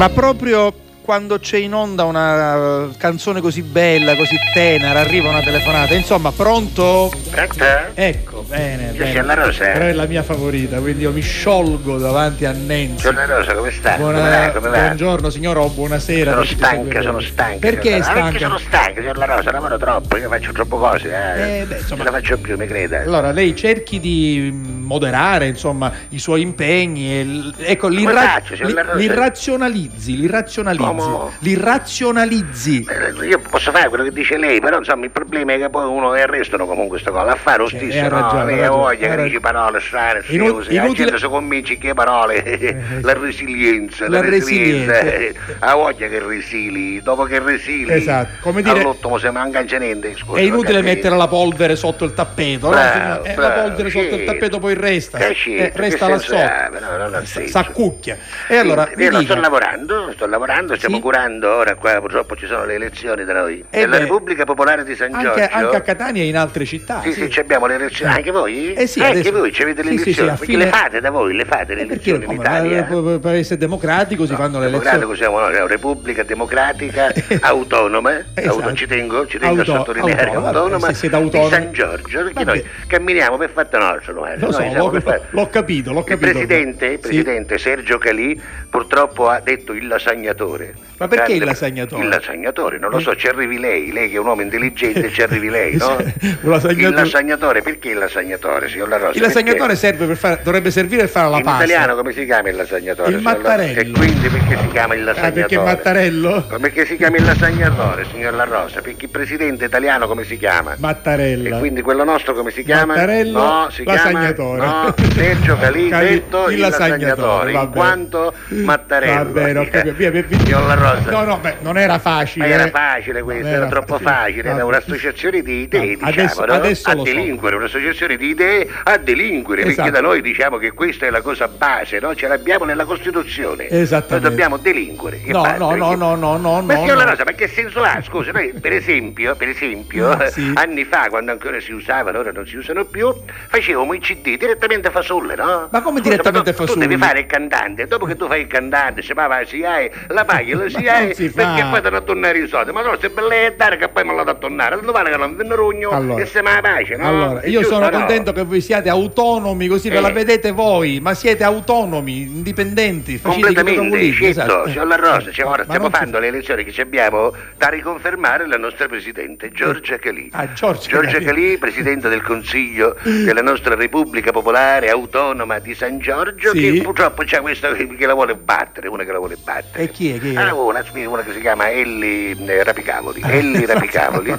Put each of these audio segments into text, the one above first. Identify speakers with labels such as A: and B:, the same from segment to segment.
A: Ma proprio quando c'è in onda una eh, canzone così bella, così tenera, arriva una telefonata. Insomma, pronto?
B: Pronto?
A: Ecco, bene,
B: Io sono
A: bene.
B: la Rosa.
A: Però è la mia favorita, quindi io mi sciolgo davanti a Nancy.
B: Sono la Rosa, come sta? come
A: Buona-
B: va? Come va?
A: buongiorno signora o buonasera.
B: Sono
A: per chi ci segue.
B: stanca, sono stanca.
A: Perché è
B: sono- Ah,
A: stanca?
B: Perché sono stanca, sono la Rosa, lavoro troppo, io faccio troppo cose. Eh.
A: Eh, beh, insomma-
B: Non la faccio più, mi creda.
A: Allora, lei cerchi di mm, moderare, insomma, i suoi impegni e l- ecco, li,
B: Come
A: ra-
B: faccio, signor
A: li-
B: La Rosa?
A: li razionalizzi, li razionalizzi,
B: Come?
A: li razionalizzi.
B: Eh, Io posso fare quello che dice lei, però insomma il problema è che poi uno che arrestano comunque sto cosa, a fare lo
A: Cioè,
B: stesso,
A: ha ragione,
B: no?
A: ha
B: Lei
A: ragione,
B: ha voglia
A: ha
B: che
A: rag-
B: dici parole strane, si
A: Inu-
B: usa, la
A: inutile- Eh,
B: gente si convince che parole, la resilienza, la,
A: La
B: resilienza, eh,
A: resilienza.
B: ha voglia che resili, dopo che resili,
A: Esatto, come dire-
B: all'ottimo se manca niente, scusa,
A: È inutile
B: manca niente.
A: mettere la polvere sotto il tappeto, no?
B: Bravo,
A: Eh, la
B: bravo,
A: polvere sotto il
B: sì.
A: tappeto poi resta,
B: Eh, sì,
A: eh,
B: che
A: resta là
B: senso ha?
A: sotto,
B: Ma no, non ha senso.
A: s'accucchia. E allora,
B: Quindi,
A: mi
B: io non
A: dica-
B: sto lavorando, sto lavorando, stiamo
A: Sì?
B: curando, ora qua purtroppo ci sono le elezioni da noi,
A: Eh
B: nella
A: beh,
B: Repubblica Popolare di San
A: anche,
B: Giorgio.
A: anche a Catania e in altre città.
B: Sì,
A: sì.
B: sì, ci abbiamo le elezioni. Anche voi?
A: Eh sì,
B: anche
A: adesso-
B: voi ci avete le
A: sì, sì,
B: elezioni.
A: sì, a
B: perché
A: fine-
B: le fate da voi, le fate le
A: Eh, perché
B: elezioni in
A: come?
B: Italia?
A: Eh, pa- pa- Paese democratico si fanno le elezioni.
B: Democratico siamo noi, è una Repubblica Democratica Autonoma,
A: Esatto.
B: auto- ci tengo, ci tengo
A: Auto-
B: a sottolineare
A: autonoma, vabbè,
B: autonoma,
A: se siete
B: di
A: autonomi.
B: San Giorgio, perché
A: Vabbè.
B: noi camminiamo per fatto nostro. guarda,
A: Lo
B: noi
A: so,
B: siamo
A: l'ho,
B: per fatto-
A: l'ho capito, l'ho
B: il
A: capito.
B: presidente, il
A: Sì.
B: presidente Sergio Calì purtroppo ha detto il lasagnatore.
A: Ma perché
B: Grande-
A: il lasagnatore? Eh?
B: Il lasagnatore, non lo so, ci arrivi lei, lei che è un uomo intelligente, ci arrivi lei, no?
A: Un lasagnatore-
B: Il lasagnatore, perché il lasagnatore, signor La Rosa?
A: Il lasagnatore
B: Perché?
A: serve per fare, dovrebbe servire per fare la
B: In
A: pasta.
B: italiano come si chiama il lasagnatore?
A: Il
B: signor La-
A: mattarello.
B: E quindi perché si chiama il lasagnatore?
A: Ah, perché Mattarello?
B: Ma perché si chiama il lasagnatore, signor La Rosa? Perché il presidente italiano come si chiama? E
A: Mattarella.
B: quindi quello nostro come si chiama?
A: Mattarello
B: no, si
A: lasagnatore.
B: chiama no, Sergio Calì,
A: Calì,
B: detto
A: il
B: il lasagnatore,
A: lasagnatore, va
B: in
A: bene.
B: quanto Mattarello.
A: Va bene, ho capito. Via, via, via.
B: Signor La Rosa.
A: No, no, beh, non era facile. eh.
B: Ma era facile questo,
A: Non
B: era, troppo facile, era
A: Vabbè.
B: un'associazione di idee,
A: Ah,
B: diciamo,
A: adesso-
B: no?
A: adesso
B: a
A: lo so.
B: delinquere, un'associazione di idee a delinquere,
A: Esatto.
B: perché da noi diciamo che questa è la cosa base, no? ce l'abbiamo nella Costituzione, noi
A: Esattamente.
B: dobbiamo delinquere. e
A: No,
B: basta,
A: no, no,
B: perché-
A: no, no, no,
B: Ma
A: no,
B: signor La
A: no.
B: Rosa, ma che senso ha? Scusa, noi per esempio, per esempio
A: Ah, sì.
B: anni fa, quando ancora si usavano, ora non si usano più, facevamo i CD direttamente a fasulle, no?
A: Ma come
B: Scusa,
A: direttamente
B: tu- tu
A: fasulle?
B: devi fare il cantante, dopo che tu fai il cantante, se va la SIAE, la paghi la
A: Ma non
B: SIAE,
A: si
B: perché
A: fa.
B: poi te a tornare i soldi, ma no, se per lei è dare che poi mi l'ha da tornare, non vale che non venne rugno
A: Allora.
B: e se me la pace, no?
A: Allora,
B: È
A: io
B: giusto,
A: sono
B: no?
A: contento che voi siate autonomi, così ve
B: Eh.
A: la vedete voi, ma siete autonomi, indipendenti, facili che cosa
B: Completamente,
A: volete,
B: certo,
A: esatto.
B: signor La Rosa, cioè, ora
A: Ma
B: stiamo
A: non si-
B: facendo le elezioni che ci abbiamo da riconfermare la nostra Presidente, Giorgia Calì.
A: Ah, Giorgia Calì.
B: Calì, Presidente del Consiglio della nostra Repubblica Popolare Autonoma di San Giorgio,
A: Sì.
B: che purtroppo c'è questa che che la vuole battere, una che la vuole battere.
A: E chi è? Chi è?
B: Ah, una, una che si chiama Elli eh, Rapicavoli, Elli Rapicavoli,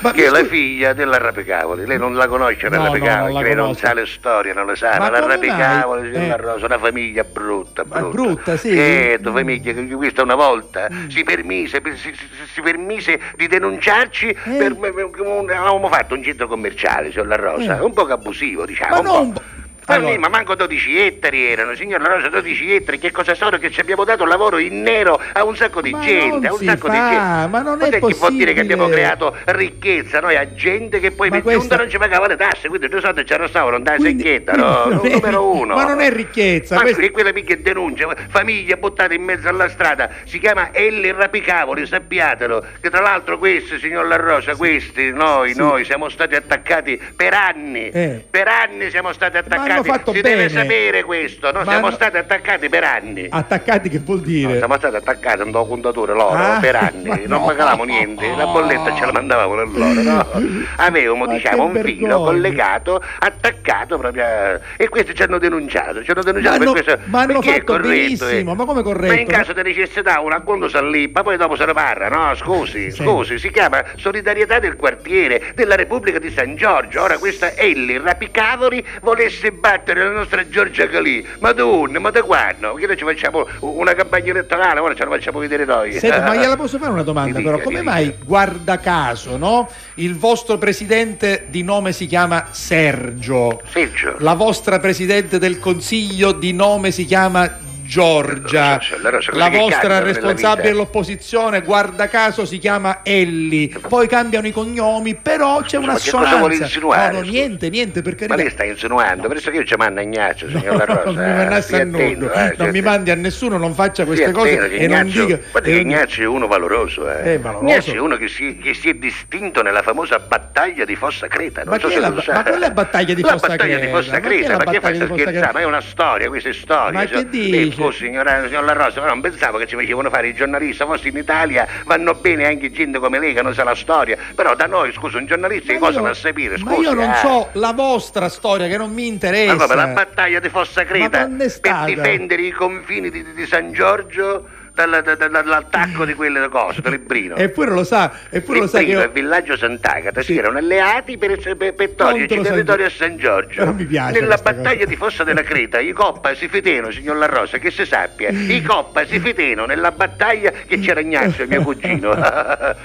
A: Ma
B: che è la
A: scusi-
B: figlia della Rapicavoli. Lei non la conosce, la
A: No, no,
B: Rapicavoli,
A: non la
B: lei non
A: conosco.
B: sa le storie, non le sa,
A: Ma
B: ma la
A: come mai?
B: Rapicavoli, signor
A: Eh.
B: La Rosa, una famiglia brutta,
A: Ma
B: brutta.
A: brutta, sì. Mm.
B: Eh, tua famiglia, che questa una volta si permise, per- si, si- si permise di denunciarci
A: Eh.
B: per, per- per- un- avevamo fatto un centro commerciale, signor La Rosa,
A: Eh.
B: un poco abusivo, diciamo.
A: Ma
B: un
A: non un
B: po'.
A: po'.
B: Ma
A: Allora.
B: lì, ma manco 12 ettari erano, signor La Rosa, 12 ettari, che cosa sono che ci abbiamo dato lavoro in nero a un sacco di
A: Ma non
B: gente, a un
A: si
B: sacco di
A: fa,
B: gente.
A: ma non è
B: Cos'è che vuol dire che abbiamo
A: possibile.
B: creato ricchezza noi a gente che poi
A: Ma
B: per
A: questa-
B: giunta non ci pagava le tasse, quindi noi soldi ci arrostavano, andava in
A: Quindi-
B: secchietta,
A: quindi
B: no?
A: non è-
B: numero uno.
A: ma non è ricchezza,
B: Ma
A: questa-
B: qui- quella mica è denuncia, famiglia buttata in mezzo alla strada, si chiama Elli Rapicavoli, sappiatelo, che tra l'altro questi, signor La Rosa, questi, noi,
A: Sì.
B: noi siamo stati attaccati per anni,
A: Eh.
B: per anni siamo stati
A: Ma
B: attaccati
A: hanno
B: attaccati.
A: fatto
B: si
A: bene.
B: deve sapere questo, no?
A: Ma
B: siamo
A: hanno-
B: stati attaccati per anni.
A: Attaccati che vuol
B: No,
A: dire?
B: siamo stati attaccati a un documentatore loro
A: Ah,
B: per
A: ma
B: anni,
A: no.
B: non pagavamo niente, la bolletta ce la mandavano a loro, no? Avevamo
A: Ma
B: diciamo un
A: che vergogna.
B: filo collegato, attaccato proprio a- e questi ci hanno denunciato, ci hanno
A: Ma
B: denunciato per
A: hanno-
B: questo.
A: ma hanno
B: perché è
A: fatto
B: corretto,
A: benissimo,
B: eh.
A: ma come corretto?
B: Ma in caso di necessità un acconto si allippa, poi dopo se ne parla, no? Scusi,
A: Sì.
B: scusi, si chiama solidarietà del quartiere, della Repubblica di San Giorgio. Ora questa Elli Rapicavoli volesse battere la nostra Giorgia Calì. Madonna, ma da quando? Che noi ci facciamo una campagna elettorale, ora ce la facciamo vedere noi.
A: Senta, ma gliela posso fare una domanda
B: Mi
A: però?
B: dica,
A: Come
B: mi dica.
A: mai, guarda caso, no? Il vostro presidente di nome si chiama Sergio.
B: Sergio.
A: La vostra presidente del consiglio di nome si chiama Giorgia.
B: Allora, Eh, cioè, allora, cosa
A: La
B: che
A: vostra
B: cambiano nella
A: responsabile
B: vita?
A: dell'opposizione, guarda caso, si chiama Elli. Poi cambiano i cognomi, però c'è
B: Eh, Ma
A: una
B: che cosa vuole
A: assonanza.
B: insinuare,
A: No, no,
B: scusa?
A: niente, niente, per
B: Ma
A: carità.
B: lei sta insinuando, adesso che io ci mando Ignazio, signor La
A: No,
B: Rosa.
A: non mi mandasse
B: stia
A: a nudo,
B: attento, eh, stia
A: non mi
B: attento.
A: mandi a nessuno, non faccia
B: Sì,
A: queste
B: attento
A: cose
B: che
A: e non
B: Ignazio-
A: dica. eh,
B: guarda
A: e
B: che
A: non-
B: Ignazio è uno valoroso, eh.
A: Eh, valoroso.
B: Ignazio è uno che si, che si è distinto nella famosa battaglia di Fossa Creta. Non
A: Ma
B: so
A: chi
B: se
A: è la-
B: lo sa.
A: ma quella è battaglia di
B: la
A: Fossa
B: battaglia
A: Creta?
B: di Fossa
A: Ma chi è
B: Creta,
A: la
B: ma che
A: battaglia
B: fa
A: di Fossa
B: scherzare?
A: Creta?
B: Ma è una storia, questa è storia.
A: Ma
B: cioè,
A: che dice?
B: eh, oh, signora, signor La Rosa, ma non pensavo che ci facevano fare i giornalisti. Forse in Italia vanno bene anche gente come lei che non sa la storia. Però da noi, scusa, un giornalista che
A: Ma
B: cosa
A: io-
B: va a sapere?
A: Ma io
B: Scusi,
A: non
B: eh.
A: so la vostra storia che non mi interessa.
B: Ma proprio la battaglia di Fossa
A: Ma
B: Creta
A: quando è
B: per
A: stata?
B: difendere i confini di, di San Giorgio dalla- da- da- dall'attacco di quelle cose, da oh, Librino.
A: Eppure lo sa, eppure lo sa che
B: Librino e
A: io...
B: Villaggio Sant'Agata
A: Sì.
B: si erano alleati per, per, per toglierci
A: Contro San
B: territorio a San Giorgio.
A: Però mi piace
B: Nella
A: questa
B: battaglia
A: cosa.
B: di Fossa della Creta i Coppa si fiteno, signor La Rosa, che si sappia, i Coppa si fiteno nella battaglia che c'era Ignazio, mio cugino.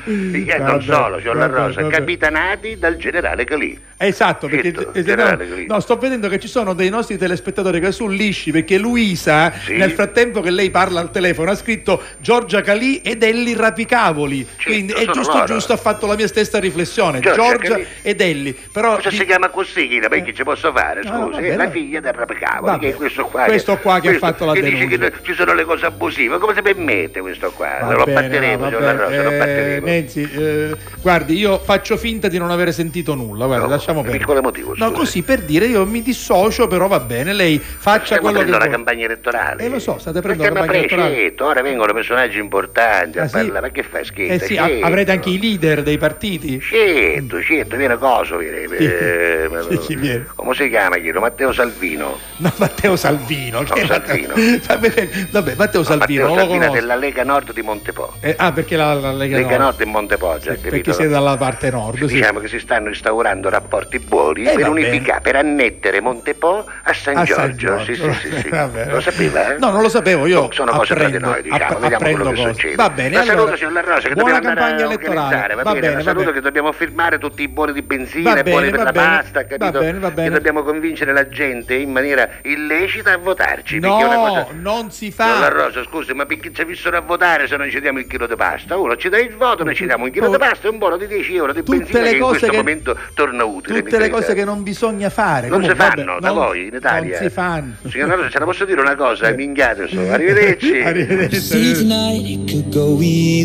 B: e non
A: Vabbè,
B: solo, signor La
A: vabbè,
B: Rosa,
A: vabbè.
B: capitanati dal generale Calì.
A: Esatto, perché
B: Zitto,
A: eh, se
B: generale
A: no-
B: Grillo.
A: no, sto vedendo che ci sono dei nostri telespettatori che sono lisci perché Luisa,
B: Sì.
A: nel frattempo che lei parla al telefono, ha scritto Giorgia Calì ed Elli Rapicavoli. Quindi è
B: Certo, sono
A: giusto,
B: loro.
A: giusto, ha fatto la mia stessa riflessione.
B: Giorgia
A: Giorgia,
B: Calì.
A: ed Elli. Però
B: Cosa
A: di-
B: si chiama così? Beh, che ci posso fare,
A: Ah,
B: scusi?
A: vabbè,
B: è la
A: vabbè.
B: figlia del rapicavolo,
A: Vabbè.
B: che è questo qua.
A: Questo qua che ha fatto la
B: che dice
A: denuncia.
B: che ci sono le cose abusive, come si permette questo qua?
A: Va
B: lo
A: bene,
B: batteremo,
A: va
B: signor La Rosa,
A: bene.
B: lo
A: Eh,
B: batteremo.
A: Nenzi, eh, guardi, io faccio finta di non aver sentito nulla, guarda,
B: No,
A: lasciamo
B: un
A: perdere.
B: piccolo motivo,
A: No,
B: scusi.
A: così per dire io mi dissocio, però va bene, lei faccia
B: Stiamo
A: quello che
B: prendendo la
A: vuole.
B: campagna elettorale.
A: Eh, lo so, state
B: Ma
A: prendendo la
B: stiamo
A: campagna
B: a precetto, Ora vengono personaggi importanti a
A: Ah, sì?
B: parlare. Ma che fai scherzo?
A: Eh sì, a-
B: Scherzo.
A: avrete anche Mm. i leader dei partiti.
B: Certo, certo, viene coso, viene. eh, ma-
A: Chi- chi viene?
B: Come si chiama Chiro? Matteo Salvino.
A: No, Matteo Salvino. che
B: Salvino.
A: Matteo- Vabbè, vabbè, Matteo Salvino, non
B: Matteo
A: lo
B: Salvino
A: conosco.
B: della Lega Nord di Montepo.
A: Eh, ah, perché la, la Lega,
B: Lega
A: no.
B: Nord e Montepoggio, capito?
A: Perché siete dalla parte nord, sì.
B: Diciamo che si stanno instaurando rapporti buoni
A: Eh,
B: per
A: va bene.
B: unificare, per annettere Montepo a San
A: A San
B: Giorgio. Sì, sì,
A: Giorgio.
B: sì, sì.
A: Va bene.
B: Lo sapeva? eh?
A: No, non lo sapevo, io
B: Sono cose tra di
A: apprendo,
B: noi, diciamo,
A: app-
B: vediamo quello
A: apprendo
B: che
A: cose.
B: succede.
A: Va bene,
B: La
A: allora,
B: saluto, signor La Rosa, che
A: buona
B: dobbiamo andare
A: campagna
B: a
A: elettorale.
B: organizzare, va,
A: Va
B: bene,
A: bene,
B: la
A: va
B: saluto
A: bene.
B: che dobbiamo firmare tutti i buoni di benzina,
A: Va
B: i buoni
A: bene,
B: per
A: va
B: la
A: bene,
B: pasta,
A: va
B: capito?
A: bene, va bene.
B: Che dobbiamo convincere la gente in maniera illecita a votarci. perché è una
A: No,
B: cosa-
A: non si
B: Signor La
A: fa.
B: Rosa, scusi, ma perché ci vissero a votare se non ci diamo il chilo di pasta? Uno ci dà il voto, noi ci diamo un chilo di pasta e un buono di 10 euro di
A: Boh. Tutte
B: benzina
A: le
B: che in
A: cose
B: questo
A: che-
B: momento torna utile. mi
A: Tutte le
B: creda.
A: cose che non bisogna fare.
B: Non si
A: Comunque, vabbè,
B: fanno da
A: non-
B: voi in Italia. eh.
A: Non si fanno.
B: Signor La Rosa, ce la posso dire una cosa? Minchiate, insomma. Arrivederci.
A: Arrivederci.
C: Tuesday night, it could go either